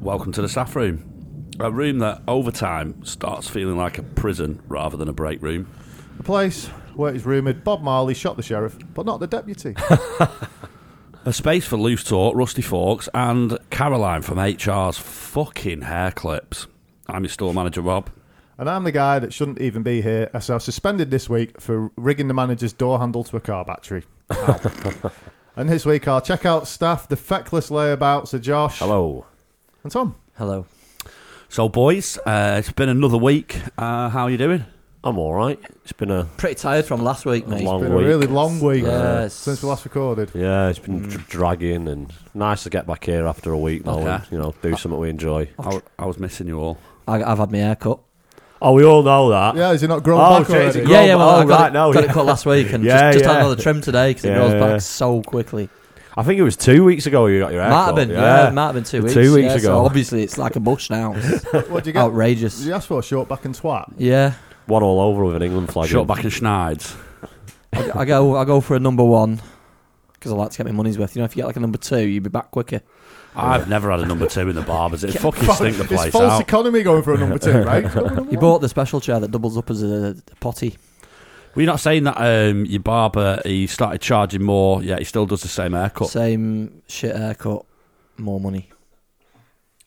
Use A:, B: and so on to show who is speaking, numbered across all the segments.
A: welcome to the staff room. A room that over time starts feeling like a prison rather than a break room.
B: The place where it's rumoured Bob Marley shot the sheriff, but not the deputy.
A: A space for loose talk, rusty forks, and Caroline from HR's fucking hair clips. I'm your store manager, Rob.
B: and I'm the guy that shouldn't even be here, as I was suspended this week for rigging the manager's door handle to a car battery. Ow. and this week, our checkout staff, the feckless layabouts are Josh
C: Hello.
B: and Tom.
C: Hello.
A: So, boys, uh, it's been another week. Uh, how are you doing?
C: I'm all right. It's been a
D: Pretty tired from last week, mate.
C: long
B: Been
C: week.
B: a really long week
D: Yes.
B: since we last recorded.
C: yeah, it's been dr- dragging and nice to get back here after a week now
A: Okay.
C: and, you know, do something we enjoy.
A: I, I was missing you all.
D: I, I've had my hair cut.
C: Oh, we all know that.
B: Yeah, is he not growing
C: Oh,
B: back
C: shit, is
B: already?
C: he
D: yeah,
C: grown-
D: yeah, well,
C: oh,
D: I got,
C: right,
D: it,
C: no,
D: got
C: yeah.
D: it cut last week and
C: Yeah,
D: just, just
C: yeah.
D: had another trim today because it
C: Yeah,
D: grows
C: yeah.
D: back so quickly.
C: I think it was two weeks ago you got your hair
D: Might have
C: cut.
D: been, yeah, might have been two
C: Two
D: weeks.
C: weeks
D: yeah,
C: ago.
D: So obviously, it's like a bush now. It's
B: What did you get?
D: outrageous.
B: Did you ask for a short back and twat?
D: Yeah,
C: One all over with an England flag.
A: Shot
C: in.
A: back in Schneid's.
D: I, I go, I go for a number one because I like to get my money's worth. You know, if you get like a number two, you'd be back quicker.
A: I've never had a number two in the barbers. It fucking stink the
B: it's
A: place
B: false
A: out.
B: economy going for a number two, right?
D: You bought the special chair that doubles up as a potty.
A: Were you not saying that um, your barber, he started charging more, yet he still does the same haircut?
D: Same shit haircut, more money.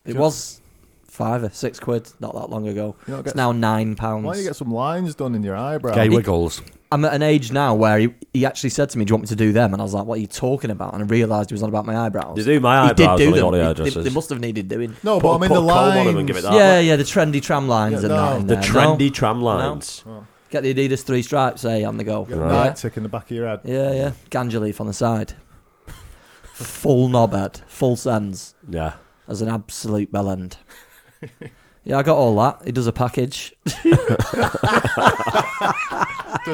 D: It
B: Sure.
D: was five or six quid not that long ago.
B: You know,
D: It's
B: get-
D: now nine pounds.
B: Why don't you get some lines done in your eyebrows?
A: Gay wiggles.
D: I'm at an age now where he, he actually said to me, "Do you want me to do them?" And I was like, "What are you talking about?" And I realised he was on about my eyebrows.
C: They do my
D: he did
C: eyebrows
D: do
C: when I got
D: them.
C: the
D: They-
C: hairdressers.
D: They, they must have needed doing.
B: No,
C: Put-
B: but I mean
C: put
B: the
C: a comb on 'em
B: lines.
C: and give it that.
D: yeah, yeah, the trendy tram lines
B: Yeah,
D: and that.
B: no.
D: in
C: The
D: there.
C: trendy tram lines.
B: Oh.
D: No. Get the Adidas three stripes, eh, on the go.
B: Get a
C: Right.
B: night tick in the back of your head.
D: Yeah, yeah. Ganja leaf on the side. full knobhead, full sends
C: Yeah.
D: as an absolute bell end. yeah, I got all that. He does a package.
B: Does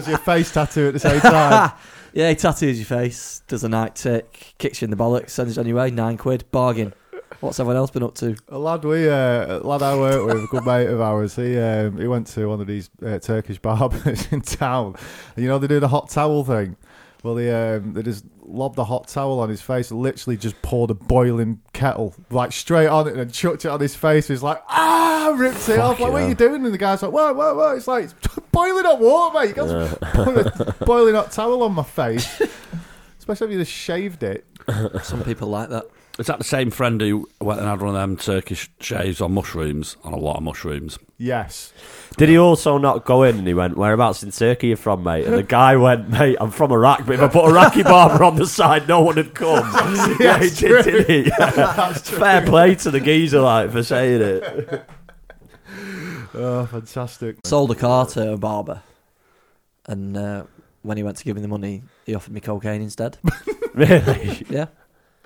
B: your face tattoo at the same time?
D: Yeah, he tattoos your face, does a night tick, kicks you in the bollocks, sends you on your way, nine quid, bargain. What's everyone else been up to?
B: a lad we, uh, a lad I work with, a good mate of ours. He um, he went to one of these uh, Turkish barbers in town. And you know they do the hot towel thing. Well, they um, they just lobbed a hot towel on his face. and Literally just poured a boiling kettle like straight on it and chucked it on his face. He's like, ah, ripped it off. Like, what are
C: yeah.
B: you doing? And the guy's like, what, what, what? It's like it's boiling hot water, mate. You guys poured a boiling hot towel on my face. Especially if you just shaved it.
D: Some people like that.
A: Is that the same friend who went and had one of them Turkish shaves on mushrooms, on a lot of mushrooms?
B: Yes.
C: Did he also not go in and he went, Whereabouts in Turkey are you from, mate? And the guy went, Mate, I'm from Iraq, but if I put Iraqi barber on the side, no one would come. yeah, he did, did he? Fair play to the geezer, like, for saying it.
B: Oh, fantastic.
D: Sold a car to a barber, and uh, when he went to give me the money, he offered me cocaine instead.
C: Really?
D: yeah.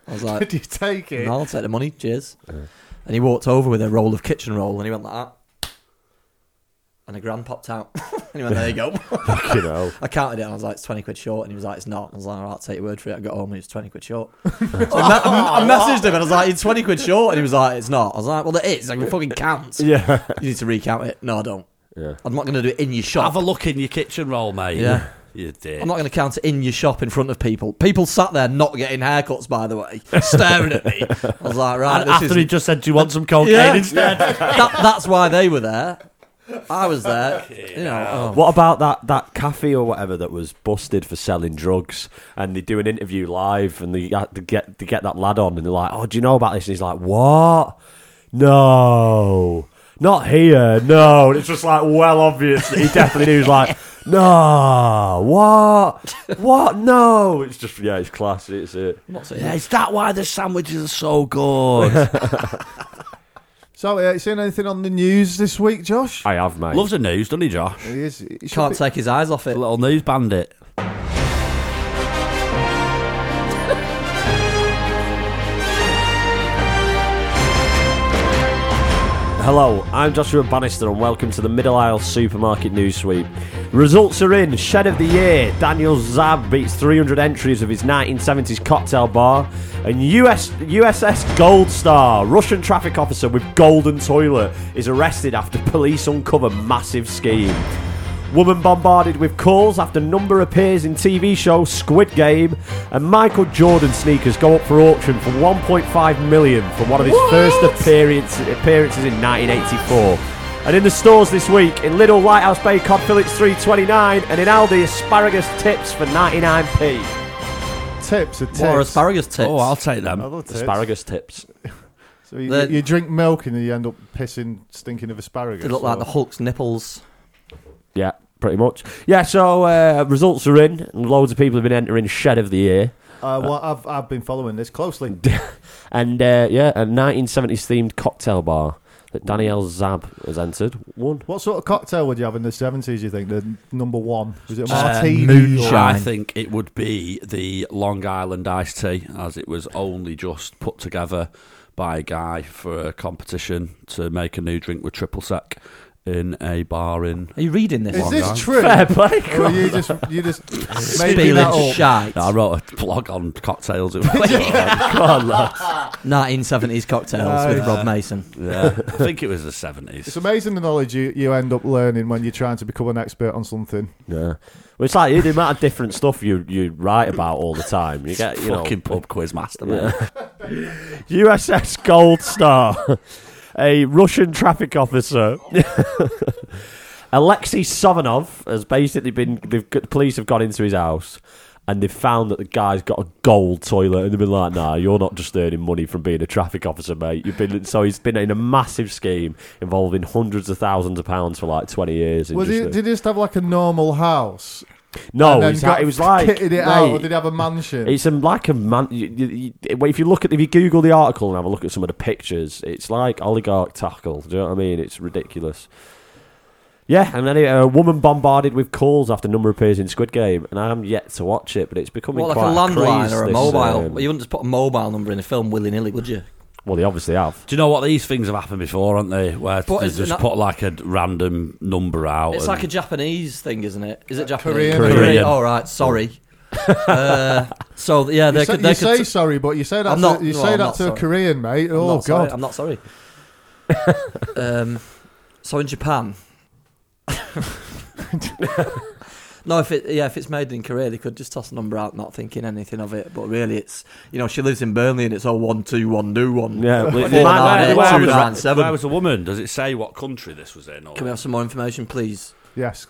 D: I was like,
B: Did you take it?
D: no, I'll take the money, cheers. And he walked over with a roll of kitchen roll, and he went like that. And a grand popped out. and he went, there you go.
C: Fucking hell.
D: I counted it and I was like, it's 20 quid short. And he was like, it's not. I was like, all right, I'll take your word for it. I got home and it was 20 quid short. so I, me- I messaged him and I was like, it's 20 quid short. And he was like, it's not. I was like, well, it is. Like, it fucking counts.
C: Yeah.
D: You need to recount it. No, I don't.
C: Yeah.
D: I'm not going to do it in your shop.
A: Have a look in your kitchen roll, mate.
D: Yeah.
A: You did.
D: I'm not going to count it in your shop in front of people. People sat there not getting haircuts, by the way, staring at me. I was like, right,
A: and
D: this
A: after
D: is-
A: he just said, Do you want some cocaine
D: Yeah.
A: instead?
D: that, that's why they were there. I was there. You know, oh.
C: What about that, that cafe or whatever that was busted for selling drugs? And they do an interview live, and they, uh, they get they get that lad on, and they're like, "Oh, do you know about this?" And he's like, "What? No, not here. No." And it's just like well obvious that he definitely knew. He's like, "No, what? What? No." It's just yeah, it's class. It's uh, it.
D: Not so-
A: yeah, is that why the sandwiches are so good?
B: So, uh, you seen anything on the news this week, Josh?
C: I have mate.
A: Loves the news, doesn't he, Josh?
B: He is. He should
D: Can't
B: be-
D: take his eyes off it.
A: A little news bandit.
C: Hello, I'm Joshua Bannister and welcome to the Middle Isle Supermarket News Sweep. Results are in. Shed of the year. Daniel Zab beats 300 entries of his 1970s cocktail bar. And US, USS Gold Star, Russian traffic officer with golden toilet, is arrested after police uncover massive scheme. Woman bombarded with calls after number appears in TV show Squid Game, and Michael Jordan sneakers go up for auction for 1.5 million for one of his first appearance, appearances in 1984. And in the stores this week, in Lidl Lighthouse Bay cod fillets 3.29, and in Aldi asparagus tips for 99p.
B: Tips are tips.
D: More asparagus tips.
A: Oh, I'll take
B: I
A: them.
B: love tips.
C: Asparagus tips.
B: So you,
D: They're-
B: you drink milk and you end up pissing, stinking of asparagus.
D: They look like
B: or-
D: the Hulk's nipples.
C: Yeah, pretty much. Yeah, so uh, results are in, and loads of people have been entering Shed of the Year.
B: Uh, well, I've, I've been following this closely.
C: And uh, yeah, a 1970s themed cocktail bar that Danielle Zab has entered. One.
B: What sort of cocktail would you have in the 70s, you think? The number one? Was it a
A: Uh,
B: martini?
D: moonshine.
A: I think it would be the Long Island iced tea, as it was only just put together by a guy for a competition to make a new drink with triple sec in a bar in.
D: Are you reading this?
B: Is
A: Long Island.
B: this true?
C: Fair play.
B: Or are you just, you just making that
D: Spieling
B: up?
D: shite.
A: No, I wrote a blog on cocktails. It was-
C: Come on, lads.
D: 1970s cocktails with Rob Mason.
A: yeah, I think it was the seventies.
B: It's amazing the knowledge you, you end up learning when you're trying to become an expert on something.
C: Yeah. Well, it's like the amount of different stuff you, you write about all the time. You get, you know,
A: Fucking pub quiz master, man.
C: Yeah. USS Gold Star, a Russian traffic officer. Alexei Sovanov has basically been. They've, got- the police have gone into his house and they've found that the guy's got a gold toilet. And they've been like, nah, you're not just earning money from being a traffic officer, mate. You've been So he's been in a massive scheme involving hundreds of thousands of pounds for like 20 years. and
B: Was
C: just
B: he,
C: a-
B: did he just have like a normal house?
C: no,
B: and then
C: he's
B: got
C: ha- it was like.
B: kitted it out, or
C: mate,
B: did he have a mansion?
C: It's a, like a man. You, you, you, well, if you look at if you Google the article and have a look at some of the pictures, it's like oligarch tackle. Do you know what I mean? It's ridiculous. Yeah, and then uh, a woman bombarded with calls after number appears in Squid Game, and I'm yet to watch it, but it's becoming
D: What, like a
C: quite
D: landline
C: craze,
D: or a
C: this,
D: mobile?
C: um,
D: you wouldn't just put a mobile number in a film willy nilly, would you?
C: well, they obviously have.
A: Do you know what these things have happened before, aren't they? Where
D: But
A: they
D: is it
A: just
D: not-
A: put like a d- random number out.
D: It's
A: Oh, and-
D: like a Japanese thing, isn't it? Is it Japanese?
B: Korean.
A: Korean.
D: All right, sorry. uh, so yeah,
B: You
D: they
B: say,
D: could. They
B: you
D: could
B: say sorry, but you say that
D: I'm
B: to,
D: not-
B: you
D: no,
B: say that
D: I'm not
B: to a
D: sorry.
B: Korean, mate.
D: I'm
B: oh
D: not sorry,
B: God!
D: I'm not sorry. um, so in Japan. No, if it yeah, if it's made in Korea, they could just toss a number out, not thinking anything of it. But really, it's you know she lives in Burnley and it's all one two one two one.
C: Yeah,
D: four,
C: well,
D: nine,
C: where-
D: eight,
C: where
D: two,
C: was
D: nine,
A: If
D: seven.
A: I was a woman, does it say what country this was in? Or
D: Can we have some more information, please?
B: yes,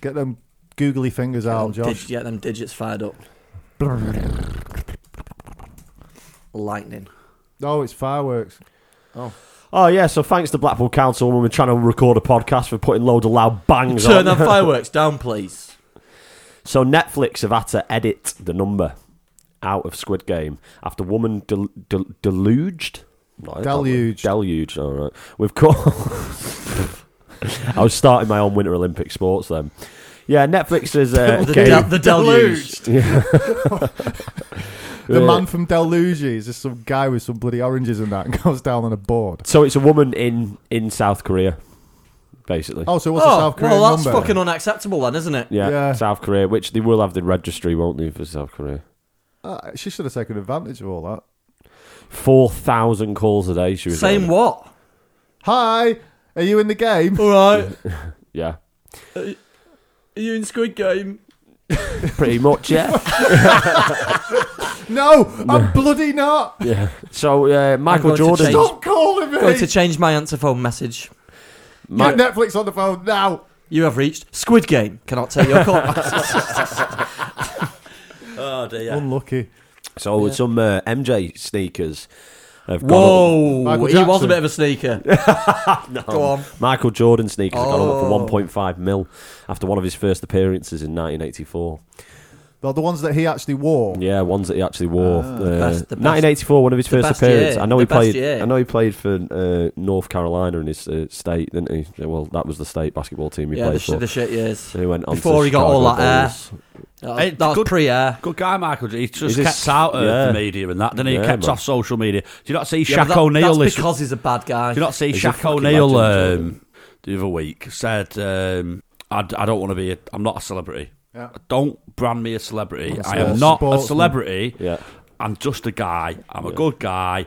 B: get them googly fingers out,
D: Get them
B: Josh.
D: dig- get them digits fired up. Lightning.
B: Oh, it's fireworks.
C: Oh yeah, so thanks to Blackpool Council when we're trying to record a podcast for putting loads of loud bangs
D: Turn
C: on.
D: them fireworks down, please.
C: So Netflix have had to edit the number out of Squid Game after woman del- del- deluged, No, I don't know.
B: Deluged.
C: deluged. All right, we've caught. I was starting my own Winter Olympic sports then. Yeah, Netflix is uh,
D: The,
C: game-
D: del- the deluge.
C: Yeah.
B: The
C: Uh,
B: man from Deluge is just some guy with some bloody oranges and that, and goes down on a board.
C: So it's a woman in in South Korea, basically.
B: Oh, so what's a South Korean
D: well, that's
B: number?
D: fucking unacceptable, then, isn't it?
C: Yeah,
B: yeah.
C: South Korea, which they will have the registry, won't they, for South Korea?
B: Uh, she should have taken advantage of all that.
C: Four thousand calls a day. She was
D: Same
C: getting.
D: what?
B: Hi, are you in the game?
D: All right.
C: Yeah,
D: Are you in Squid Game?
C: pretty much. Yeah.
B: No, I'm bloody not.
C: Yeah. So uh, Michael
D: going to
C: Jordan.
D: change-
B: Stop calling me.
D: Going to change my answer phone message.
C: Ma-
B: Get Netflix on the phone now.
D: You have reached Squid Game. Cannot take your call.
A: Oh dear.
B: Unlucky.
C: so with some uh, MJ sneakers. Have gone up-
D: Whoa,
B: Michael
D: he was
B: Jackson.
D: a bit of a sneaker. Go on.
C: Michael Jordan sneakers have gone
D: Oh.
C: up for 1.5 mil after one of his first appearances in 1984.
B: Well, the ones that he actually wore.
C: Yeah, ones that he actually wore. uh,
D: best- Ah, the best-
C: 1984, one of his first
D: best
C: appearances.
D: year,
C: I know
D: the
C: he
D: best
C: played.
D: year.
C: I know he played for uh, North Carolina in his uh, state, didn't he? Yeah, Well, that was the state basketball team he
D: Yeah, the,
C: played
D: sh-
C: for.
D: the shit years.
C: So he went on to
D: Before he got
C: Chicago
D: all that
C: Bulls.
D: That
A: Hey,
D: was, that was
A: good-
D: pre-air.
A: Good guy, Michael. He's just
C: He's
A: kept
C: just-
A: out of
C: yeah.
A: the media and that. Then he
C: Yeah,
A: kept
C: man.
A: off social media. Do you not see
D: Yeah, but
A: Shaq
D: that-
A: O'Neal
D: That's
A: this? Do
D: because he's a bad guy.
A: you not see
C: He's a
A: Shaq
C: fucking
A: O'Neal
C: legend, Jordan.
A: um, the other week said, um, I, "I don't want to be. A, I'm not a celebrity.
B: Yeah.
A: Don't brand me a celebrity.
B: That's
A: I
B: a
A: am not a
B: sportsman.
A: celebrity.
C: Yeah.
A: I'm just a guy. I'm a good guy.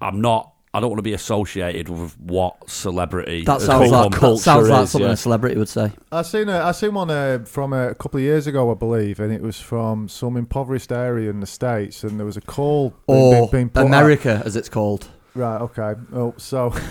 A: I'm not." I don't want to be associated with what celebrity.
D: That
A: has
D: sounds
A: become
D: like that sounds
C: culture
D: like
C: is,
D: something
C: yeah.
D: a celebrity would say.
B: I seen a, I seen one uh, from a couple of years ago, I believe, and it was from some impoverished area in the states, and there was a call being-
D: Or
B: being, being put out-
D: Oh, America, as it's called.
B: Right. Okay. Oh, so.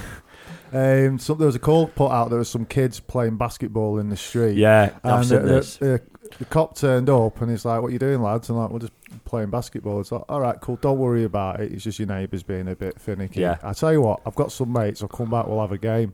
B: Um, so there was a call put out. There was some kids playing basketball in the street.
C: Yeah, I've
B: and
C: seen
B: the,
C: this.
B: The, the, the cop turned up and he's like, "What you doing, lads?" And like, "We're just playing basketball." It's like, "All right, cool. Don't worry about it. It's just your neighbours being a bit finicky."
C: Yeah.
B: I tell you what, I've got some mates. I'll come back. We'll have a game.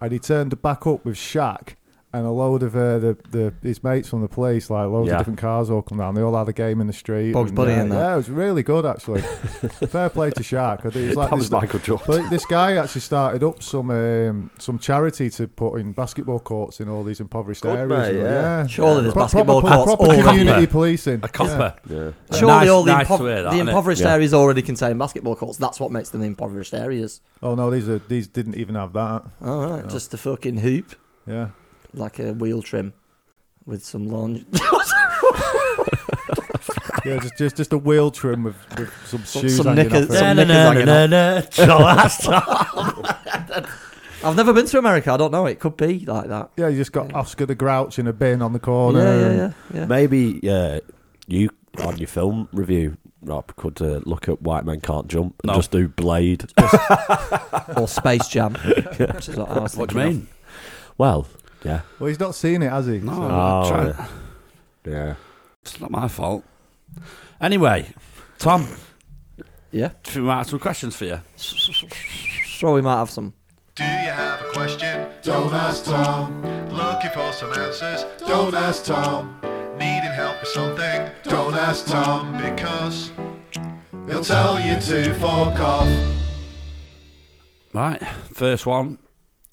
B: And he turned back up with Shaq and a load of uh, the, the his mates from the police, like loads
C: Yeah.
B: of different cars all come down. They all had a game in the street.
D: Bugs
B: and,
D: Bunny
B: uh,
D: in that.
B: Yeah, it was really good actually. Fair play to Shaq. I think it's like
C: that
B: this,
C: was Michael Jordan.
B: but this guy actually started up some um, some charity to put in basketball courts in all these impoverished
C: Good,
B: areas.
C: mate,
B: yeah.
C: yeah.
D: Surely there's
B: Pro-
D: basketball
B: proper,
D: courts
B: proper
D: already.
B: community policing.
A: A copper.
C: Yeah.
D: Surely
A: Nice-
D: all the,
A: nice
D: impov-
A: to hear that,
D: the
A: innit?
D: impoverished
C: Yeah.
D: areas already contain basketball courts. That's what makes them impoverished areas.
B: Oh no, these are these didn't even have that.
D: All right, just a fucking hoop,
B: Yeah.
D: like a wheel trim, with some lawn.
B: Yeah, just just, just a wheel trim with, with some shoes
D: some
B: hanging
D: knickers-
B: off it.
D: some knickers hanging off.
C: no.
D: I've never been to America. I don't know. It could be like that.
B: Yeah, you just got Oscar the Grouch in a bin on the
A: Oh,
B: corner.
D: yeah, yeah, yeah, yeah.
C: Maybe uh, you on your film review, Rob, could uh, look at White Men Can't Jump and
A: No.
C: just do Blade.
D: or Space Jam. which is what I was
A: What do you
D: thinking
A: mean?
C: Well, yeah,
B: Well, he's not seen it, has he?
A: No,
B: So-
A: I'm
C: Oh,
A: trying-
C: yeah. yeah.
A: it's not my fault. Anyway, Tom,
D: of. Yeah.
A: we might have some questions for you.
D: Sure, we might have some.
E: Do you have a question? Don't ask Tom. Looking for some answers? Don't ask Tom. Needing help with something? Don't ask Tom because he'll tell you to fuck off.
A: Right, first one.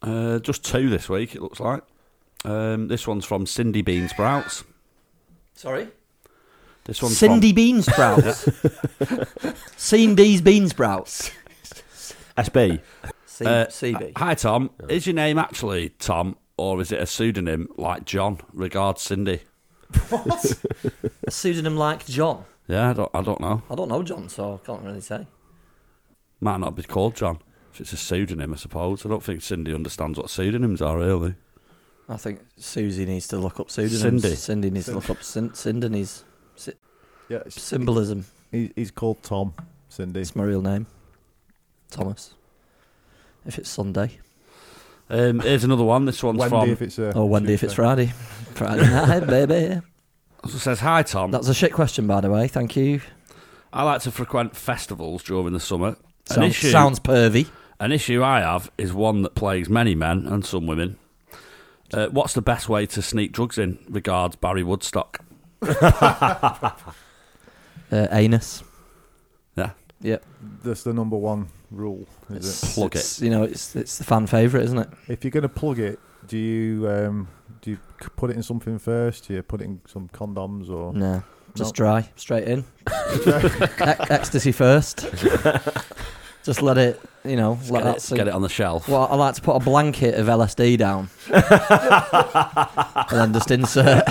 A: Uh, just two this week, it looks like. Um, this one's from Cindy Bean Sprouts.
D: Sorry.
A: This one's
D: Cindy bean sprouts. Cindy's bean sprouts.
C: SB.
D: C-
A: from, uh,
D: CB.
A: Hi, Tom. Is your name actually Tom, or is it a pseudonym like John? Regards, Cindy.
D: A pseudonym like John.
A: Yeah, I don't, I don't know.
D: I don't know John, so I can't really say.
A: Might not be called John. If it's a pseudonym, I suppose. I don't think Cindy understands what pseudonyms are, really.
D: I think Susie needs to look up pseudonyms.
A: Cindy.
D: Cindy needs to look up Cin- Cindy's
B: yeah, it's-
D: symbolism.
B: he, he's called Tom Cindy.
D: It's my real name. Thomas. If it's Sunday.
A: Um, here's another one. This one's
B: Wendy,
A: from.
B: if it's uh,
D: Or Oh, Wendy if it's Friday. Friday night, baby.
A: It says, Hi, Tom.
D: That's a shit question, by the way. Thank you.
A: I like to frequent festivals during the summer. An
D: Sounds,
A: issue-
D: sounds pervy.
A: An issue I have is one that plagues many men and some women. Uh, what's the best way to sneak drugs in? Regards, Barry Woodstock.
D: Uh, anus.
A: Yeah.
D: Yep.
B: That's the number one rule. Is it?
D: It's-
A: Plug it.
D: it's, You know, it's it's the fan favorite, isn't it?
B: If you're going to plug it, do you um, do you c- put it in something first? Do you put it in some condoms or?
D: No, just
B: No.
D: dry, straight in. Ec- ecstasy first. just let it. You know,
A: Get
D: let that
A: it,
D: sink.
A: get it on the shelf.
D: Well, I like to put a blanket of LSD down, and then just insert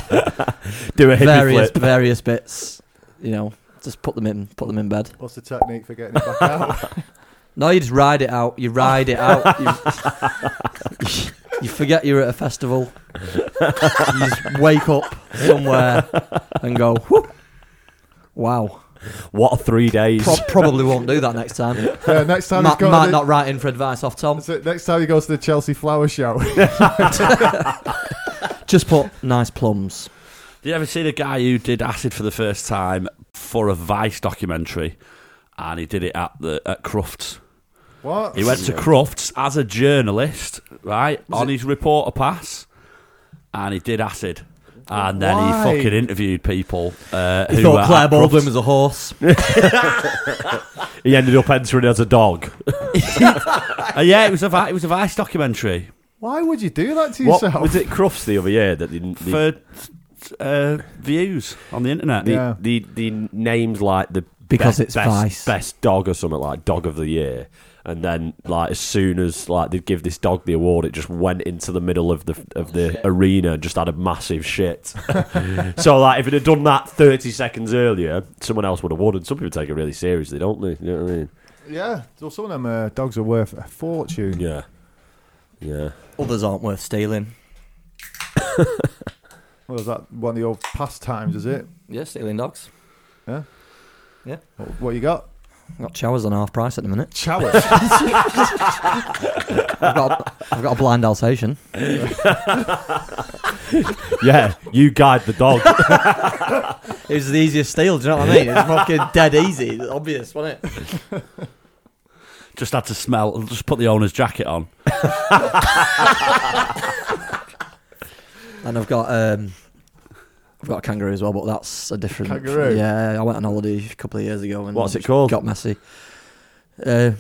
C: Do a hippie
D: various
C: flip.
D: various bits. You know, just put them in, put them in bed.
B: What's the technique for getting it back out?
D: No, you just ride it out. You ride it out. You, you forget you're at a festival. You just wake up somewhere and go, "Whew. wow.
C: What three days?
D: Pro- probably won't do that next time.
B: yeah, Uh, next time
D: Matt
B: he's got
D: might not write in for advice off Tom.
B: That's it. Next time he goes to the Chelsea flower show,
D: Just put nice plums.
A: Did you ever see the guy who did acid for the first time for a Vice documentary? And he did it at the at Crufts.
B: what?
A: He went to Crufts as a journalist, right, on his reporter pass, and he did acid. And then
B: Why?
A: he fucking interviewed people uh,
D: He
A: who were
D: thought
A: at
D: Claire Baldwin
A: Crufts.
D: was a horse.
C: He ended up entering as a dog.
A: Uh, yeah, it was a Vi- it was a Vice documentary.
B: Why would you do that to
C: What
B: yourself?
C: was it? Crufts the other year that didn't. The,
A: for uh, views on the internet.
C: the,
B: Yeah.
C: the, the names like the
D: Because
C: best,
D: it's
C: best,
D: Vice.
C: best dog or something like dog of the year, and then like as soon as like they'd give this dog the award, it just went into the middle of the of the arena and just had a massive shit. so like if it had done that thirty seconds earlier, someone else would have won. And some people take it really seriously, don't they? You know what I mean?
B: Yeah. So some of them uh, dogs are worth a fortune.
C: Yeah. Yeah.
D: Others aren't worth stealing.
B: Well, is that one of the old pastimes? Is it?
D: Yeah, stealing dogs.
B: What, what you got?
D: Got showers on half price at the minute.
B: Chowers.
D: I've got a, I've got a blind Alsatian.
C: Yeah. You guide the dog.
D: It was the easiest steal. Do you know what I mean? It's fucking dead easy. It's obvious, wasn't it?
A: Just had to smell. Just put the owner's jacket on.
D: And I've got um, I've got a kangaroo as well, but that's a different
B: Kangaroo?
D: Yeah, I went on holiday a couple of years ago and
C: What's it called?
D: Got messy. Uh,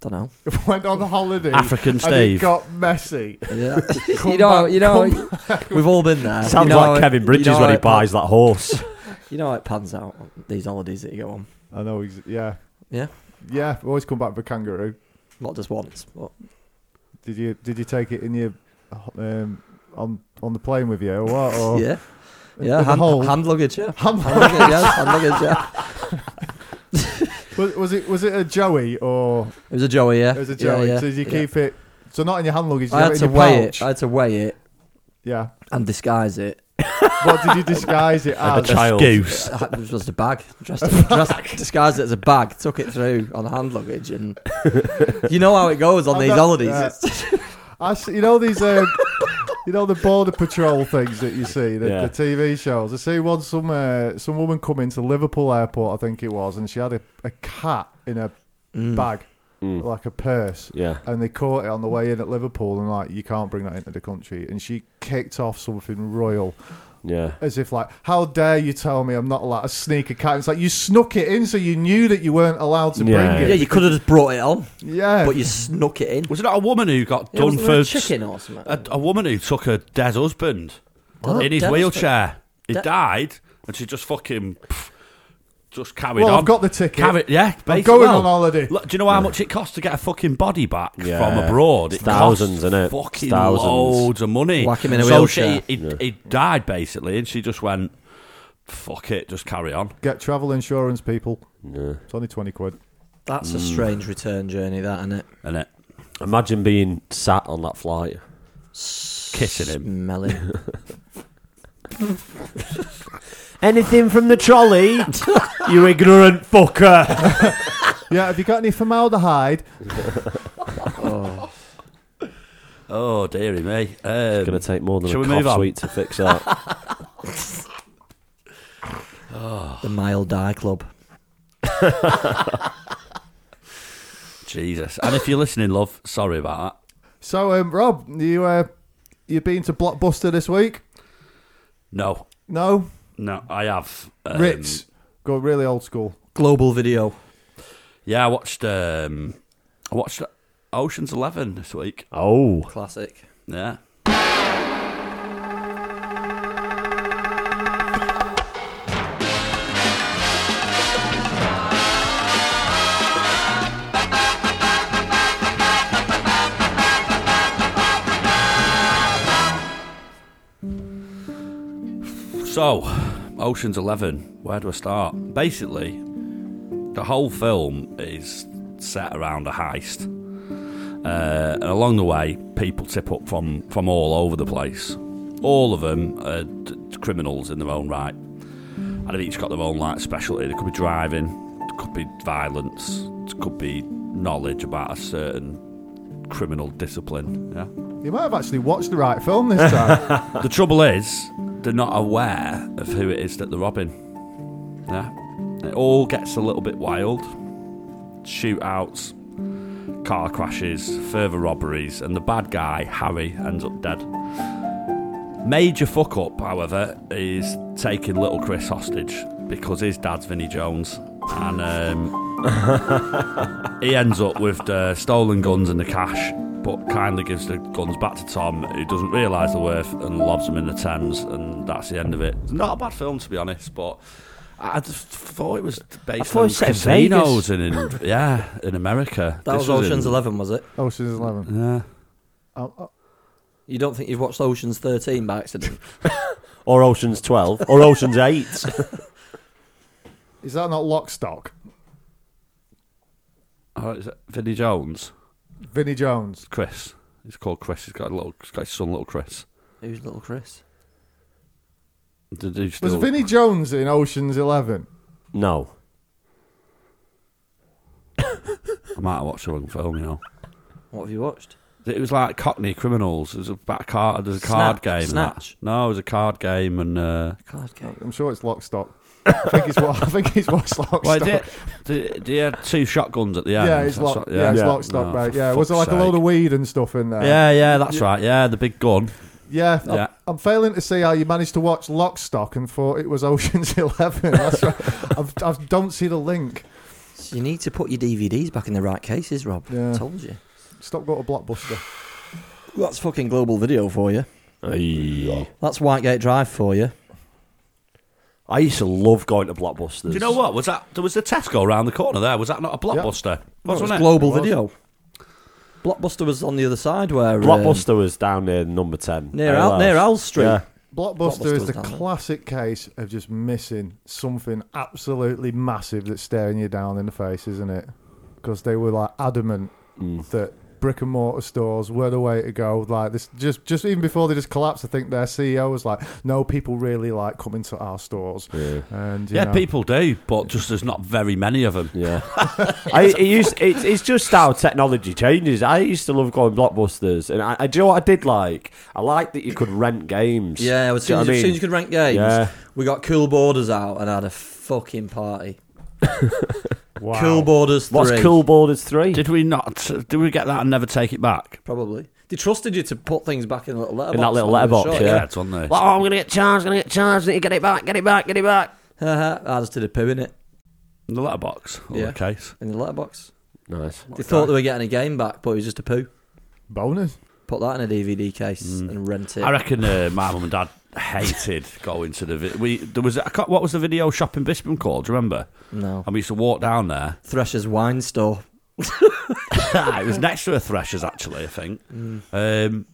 D: don't know.
B: Went on holiday.
A: African
B: and it
A: Steve.
B: got messy.
D: Yeah,
B: Come
D: you know,
B: back,
D: you know, we've all been there.
C: Sounds
D: You know
C: like
D: it-
C: Kevin Bridges
D: you know
C: when
D: how
C: he
D: it pan-
C: buys that horse.
D: You know how it pans out on these holidays that you go on.
B: I know. He's, yeah.
D: Yeah.
B: Yeah. we Always come back with kangaroo.
D: Not just once, but
B: Did you Did you take it in your um, on on the plane with you or what? Or
D: yeah,
B: in
D: yeah,
B: the
D: hand,
B: hole?
D: hand luggage, yeah,
B: Hand-
D: hand luggage, yeah, hand luggage, yeah.
B: was, was it Was it a Joey or
D: It was a Joey, yeah.
B: it was a
D: Yeah,
B: Joey?
D: yeah,
B: so did you
D: yeah.
B: keep it? So not in your hand luggage. Did
D: I
B: you
D: had
B: have
D: to
B: it in your
D: weigh
B: pouch?
D: it. I had to weigh it
B: Yeah.
D: and disguise it.
B: What did you disguise it
D: Oh,
C: Like a
B: as?
C: child.
A: Goose.
D: I had- It was just a bag. Dressed, dressed, disguised it as a bag. Took it through on hand luggage, and you know how it goes on
B: I'm
D: these
B: not-
D: holidays.
B: yeah.
D: It's-
B: I see, you know these, um, you know the border patrol things that you see, the,
C: Yeah.
B: the TV shows. I see one some uh, some woman come into Liverpool airport, I think it was, and she had a, a cat in a
D: Mm. Hmm.
B: bag, like a purse,
C: Mm. Yeah.
B: and they caught it on the way in at Liverpool, and like you can't bring that into the country, and she kicked off something royal,
C: Yeah.
B: as if like, how dare you tell me I'm not allowed to sneak a cat? It's like you snuck it in, so you knew that you weren't allowed to
C: Yeah.
B: bring
D: yeah,
B: it.
D: you could have just brought it on,
B: Yeah,
D: but you snuck it in.
A: Was it not a woman who got
D: Yeah,
A: done
D: wasn't
A: for
D: there a
A: s-
D: chicken or something.
A: A, a woman who took her dead husband
D: Dead-
A: in his
D: dead
A: wheelchair. He
D: Dead-
A: died, and she just fucking pff, just carried
B: Well,
A: on.
B: I've got the ticket.
A: Carri- yeah,
B: I'm
A: basi-
B: going
A: well,
B: on holiday.
A: Look, do you know how much it costs to get a fucking body back
C: Yeah.
A: from abroad? It
C: It's thousands,
A: costs
C: innit? It's
A: Fucking
C: thousands.
A: loads of money.
D: Whack him in a
A: so
D: wheelchair.
A: She, he, he died basically, and she just went, "Fuck it, just carry on."
B: Get travel insurance, people.
C: Yeah.
B: It's only twenty quid.
D: That's a strange return journey, that isn't it?
A: And it
C: Imagine being sat on that flight.
A: kissing him.
D: Smelling.
C: Anything from the trolley? you ignorant fucker.
B: Yeah, have you got any formaldehyde?
A: Oh dearie me. Um,
C: Gonna take more than
A: Shall
C: a
A: we
C: cough
A: move on?
C: sweet to fix that.
D: the Mile Die Club.
A: Jesus. And if you're listening, love, sorry about that.
B: So, um, Rob, you uh, you been to Blockbuster this week?
A: No,
B: No,
A: no, I have. Um,
B: Ritz. Go really old school.
D: Global Video.
A: Yeah, I watched. Um, I watched Ocean's Eleven this week.
C: oh.
D: Classic.
A: Yeah. So, Ocean's Eleven, where do I start? Basically, the whole film is set around a heist. Uh, and along the way, people tip up from, from all over the place. All of them are d- criminals in their own right. And they've each got their own like specialty. They could be driving, it could be violence, it could be knowledge about a certain criminal discipline. Yeah.
B: You might have actually watched the right film this time.
A: The trouble is, they're not aware of who it is that they're robbing. Yeah. It all gets a little bit wild. Shootouts, car crashes, further robberies, and the bad guy, Harry, ends up dead. Major fuck up, however, is taking little Chris hostage because his dad's Vinnie Jones. And um, he ends up with the stolen guns and the cash, but kindly gives the guns back to Tom, who doesn't realise the worth and lobs him in the Thames, and that's the end of it. It's not a bad film, to be honest, but I just thought it was based
C: thought it
A: on
C: was set in
A: casinos and in, yeah, in America.
D: That
A: This
D: was Ocean's
A: in-
D: Eleven, was it?
B: Ocean's Eleven.
A: Yeah.
B: Oh, oh,
D: You don't think you've watched Ocean's Thirteen by accident?
C: Or Ocean's 12. Or Ocean's 8.
B: is that not Lockstock?
A: oh, is it Vinnie Jones?
B: Vinnie Jones.
A: Chris. He's called Chris. He's got a little. He's got his son, little Chris.
D: Who's little Chris?
A: Did he
B: Was
A: still-
B: Vinnie Jones in Ocean's Eleven?
C: No.
A: I might have watched the wrong film. You know,
D: What have you watched?
A: it was like Cockney Criminals. It was about a card. There's a card
D: Snatch-
A: game. and that.
D: Snatch.
A: No, it was a card game and. Uh,
D: Card game.
B: I'm sure it's Lock Stock. I think he's. wa- I think he's watched Lock
A: well,
B: Stock.
A: did, did, did he had two shotguns at the end?
B: yeah, it's
A: That's
B: lock.
A: what-
B: Yeah, it's
C: Yeah.
B: Lock Stock,
A: No,
B: mate.
A: for
B: Yeah, was there like
A: fuck's
B: a load
A: sake.
B: of weed and stuff in there?
A: Yeah, yeah, that's right. Yeah, the big gun.
B: Yeah, I'm,
A: Yeah.
B: I'm failing to see how you managed to watch Lock, Stock and thought it was Ocean's Eleven. That's right. I've, I don't see the link.
D: So you need to put your DVDs back in the right cases, Rob.
B: Yeah.
D: I told you.
B: Stop going to Blockbuster.
D: That's fucking global video for you.
C: Aye.
D: That's Whitegate Drive for you.
C: I used to love going to Blockbusters.
A: Do you know what was that? There was the Tesco around the corner. There was that not a blockbuster?
D: That's
A: Wasn't it?
D: global
B: It was.
D: video. Blockbuster was on the other side where um,
C: Blockbuster was down near number 10.
D: near Al,
C: Owlhouse.
D: near Owl Street.
C: Yeah.
B: Blockbuster,
D: Blockbuster
B: is
D: was
B: the
D: down there.
B: classic case of just missing something absolutely massive that's staring you down in the face, isn't it? Because they were like adamant
D: Mm.
B: that brick and mortar stores were the way to go. Like this, just just even before they just collapsed, I think their CEO was like, "No, people really like coming to our stores." And you
A: Yeah,
B: know,
A: people do, but just there's not very many of them.
C: Yeah, I, it used, it, it's just how technology changes. I used to love going blockbusters, and I, I do you know what I did like. I liked that you could rent games.
D: Yeah, as
C: Do you
D: soon
C: know
D: as,
C: what I
D: as soon
C: mean?
D: as you could rank games,
C: Yeah.
D: we got Cool Borders out and had a fucking party.
B: wow.
D: Cool Borders 3.
C: What's Cool Borders three?
A: Did we not? Did we get that and never take it back?
D: Probably. They trusted you to put things back in a little letterbox.
C: In that little
D: under the
C: letterbox,
D: shot,
C: Yeah.
A: it's on there.
C: Like, oh, I'm gonna get charged. Gonna get charged. Need to get it back. Get it back. Get it back.
D: Haha, I just did a poo in it,
A: In the letterbox, or
D: Yeah.
A: the case.
D: in the letterbox.
C: Nice.
D: They thought they were getting a game back, but it was just a poo.
B: bonus.
D: Put that in a DVD case and rent it.
A: Mm. I reckon uh, my mum and dad hated going to the. Vi- we there was I can't- what was the video shop in Bispham called? Do you remember?
D: no.
A: And we used to walk down there.
D: Thresher's Wine Store.
A: it was next to a Threshers, actually. I think.
C: Mm.
A: Um,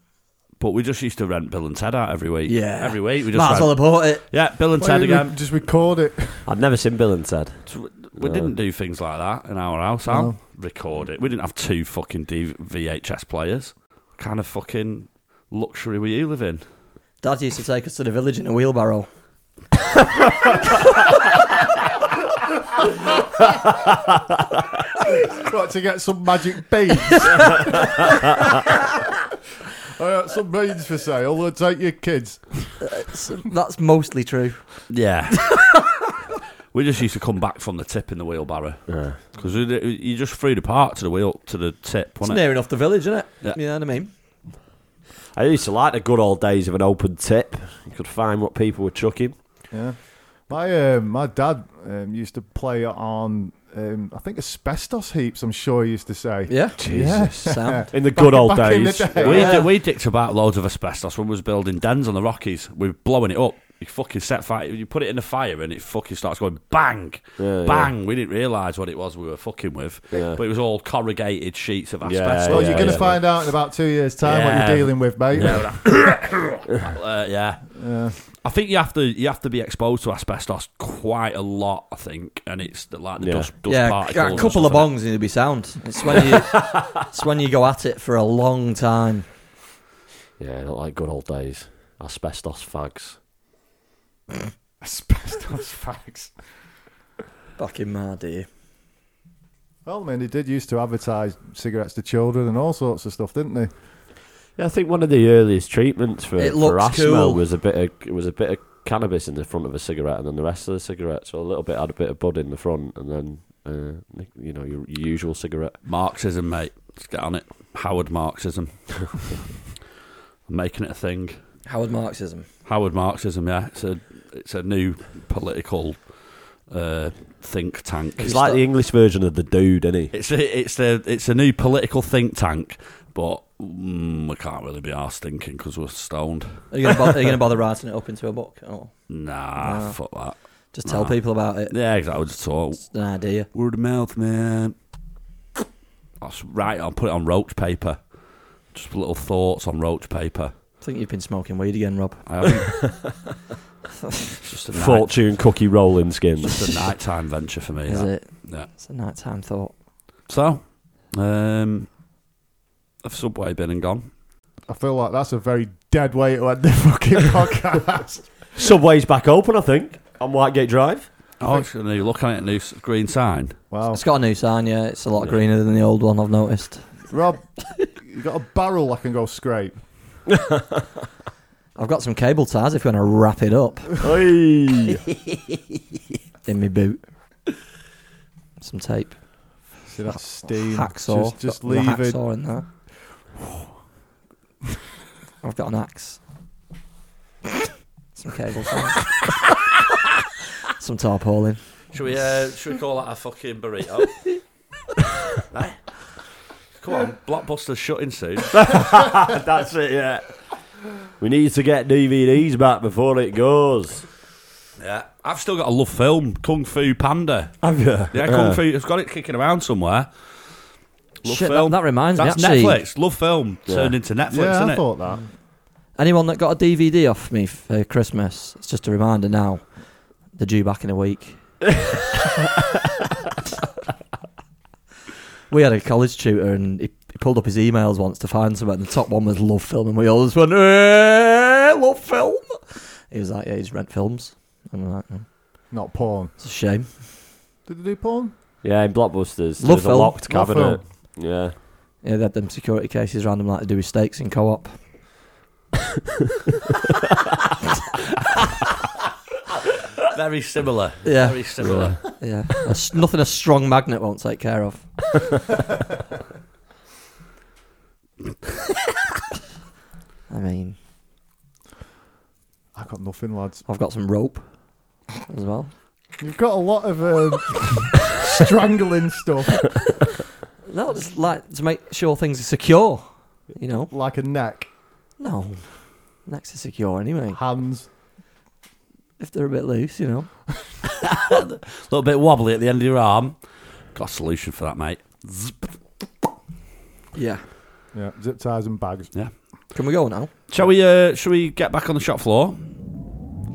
A: but we just used to rent Bill and Ted out every week.
D: Yeah.
A: every week we just
D: Might as
A: went,
D: well have bought it.
A: yeah Bill and
B: Why
A: Ted
B: didn't we
A: again.
B: Just record it.
C: I'd never seen Bill and Ted.
A: So we didn't do things like that in our house. I'll record it. We didn't have two fucking D- VHS players. What kind of fucking luxury were you living?
D: Dad used to take us to the village in a wheelbarrow.
B: Right, to get some magic beans. I got some beans for sale. They'll take your kids.
D: So that's mostly true.
A: Yeah. we just used to come back from the tip in the wheelbarrow
C: Yeah.
A: because you just threw the part to the wheel to the tip,
D: It's
A: wasn't it?
D: near enough the village, isn't it?
A: Yeah.
D: You know what I mean?
C: I used to like the good old days of an open tip. You could find what people were chucking.
B: Yeah. My um, my dad um, used to play on um, I think asbestos heaps. I'm sure he used to say.
D: Yeah.
C: Jesus.
D: Sound.
C: In the good old
B: back in the
C: days.
B: day.
A: We
D: Yeah.
A: di- we dicked about loads of asbestos when we was building dens on the Rockies. We were blowing it up. You fucking set fire. You put it in the fire and it fucking starts going bang,
C: Yeah,
A: bang. We didn't realise what it was we were fucking with,
C: Yeah.
A: but it was all corrugated sheets of
C: Yeah,
A: asbestos.
B: Well,
C: yeah,
B: Oh, you're going to
C: yeah.
B: find out in about two years' time what
A: Yeah.
B: you're dealing with, mate.
A: Yeah, uh, yeah. I think you have to you have to be exposed to asbestos quite a lot. I think, and it's the, like the
C: Yeah.
A: dust, dust
D: Yeah,
A: particles.
D: a
A: and
D: couple of
A: stuff in it.
D: bongs and it'd be sound. It's when you, it's when you go at it for a long time.
C: Yeah, I don't like good old days. Asbestos fags.
B: Asbestos facts.
D: Back in my day.
B: Well, I mean, they did used to advertise cigarettes to children and all sorts of stuff, didn't they?
C: Yeah, I think one of the earliest treatments for,
D: It
C: for
D: looks
C: asthma
D: cool.
C: was a bit of it was a bit of cannabis in the front of a cigarette, and then the rest of the cigarette. So a little bit had a bit of bud in the front, and then uh, you know your, your usual cigarette.
A: Marxism, mate. Let's get on it. Howard Marxism. I'm making it a thing.
D: Howard Marxism.
A: Howard Marxism. Yeah, it's a it's a new political uh, think tank.
C: It's
D: It's
C: like
D: that-
C: the English version of the dude, isn't he?
A: It's a, it's a it's a new political think tank, but mm, we can't really be arse thinking because we're stoned.
D: Are you going to bother writing it up into a book? Oh,
A: Nah, fuck that.
D: just tell
A: Nah.
D: people about it.
A: Yeah, exactly. Just talk.
D: It's an idea.
A: Word of mouth, man. I'll s- write. I'll put it on roach paper. Just little thoughts on roach paper.
D: I think you've been smoking weed again, Rob.
A: I haven't. it's just a, night,
C: Fortune cookie rolling skins.
A: just a nighttime venture for me.
D: Is
A: that.
D: it?
A: Yeah.
D: It's a nighttime thought.
A: So Um, have Subway been and gone?
B: I feel like that's a very dead way to end the fucking podcast.
C: Subway's back open, I think, on Whitegate Drive.
A: Oh, actually, look at it, new s- green sign.
B: Wow,
D: It's got a new sign, yeah. It's a lot greener than the old one, I've noticed.
B: Rob, you got a barrel I can go scrape.
D: I've got some cable ties if you want to wrap it up
C: Hey.
D: in my boot. Some tape.
B: See that steam?
D: hacksaw.
B: Just, just
D: Got the
B: leave it.
D: hacksaw in there. I've got an axe. Some cable ties. some tarpaulin.
A: Should we? Uh, should we call that a fucking burrito? Eh? Come on, Blockbuster's shutting soon.
C: That's it, yeah. We need to get DVDs back before it goes.
A: Yeah, I've still got a love film, Kung Fu Panda.
C: Have you?
A: Yeah, Kung Fu. It's got it kicking around somewhere. Love
D: Shit, that,
A: film.
D: that reminds
A: That's
D: me actually.
A: Netflix. Love film turned into Netflix,
B: Yeah,
A: isn't
B: I
A: it?
B: thought that.
D: Anyone that got a DVD off me for Christmas, it's just a reminder now. They're due back in a week. we had a college tutor and he, he pulled up his emails once to find something. The top one was Love Film, and we all just went, "Eh, Love Film. He was like, Yeah, he's rent films. And I'm like, "Mm,
B: Not porn.
D: It's a shame.
B: Did they do porn?
C: Yeah, in Blockbusters.
D: Love
C: Love a
D: film.
C: locked
B: Love
C: cabinet. Yeah.
D: Yeah, they had them security cases around him like to do with steaks in co op.
A: Very similar.
D: Yeah.
A: Very similar.
D: Yeah. A s- nothing a strong magnet won't take care of. I mean,
B: I got nothing, lads.
D: I've got some rope as well.
B: You've got a lot of um, strangling stuff,
D: No, just like to make sure things are secure. You know?
B: like a neck,
D: No. Necks are secure anyway.
B: hands.
D: If they're a bit loose, you know.
A: A little bit wobbly at the end of your arm. Got a solution for that, mate.
D: Yeah.
B: Yeah, zip ties and bags.
D: Can we go now?
A: Shall we? Uh, shall we get back on the shop floor?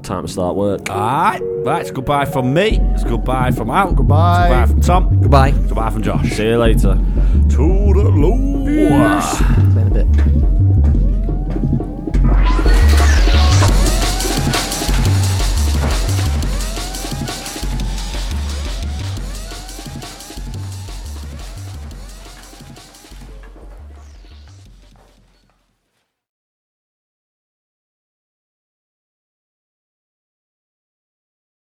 C: Time to start work.
A: Alright, that's goodbye from me. It's goodbye from Al.
B: Goodbye.
A: Goodbye from Tom.
D: Goodbye.
A: Goodbye from Josh.
C: See you later.
A: To the Lord.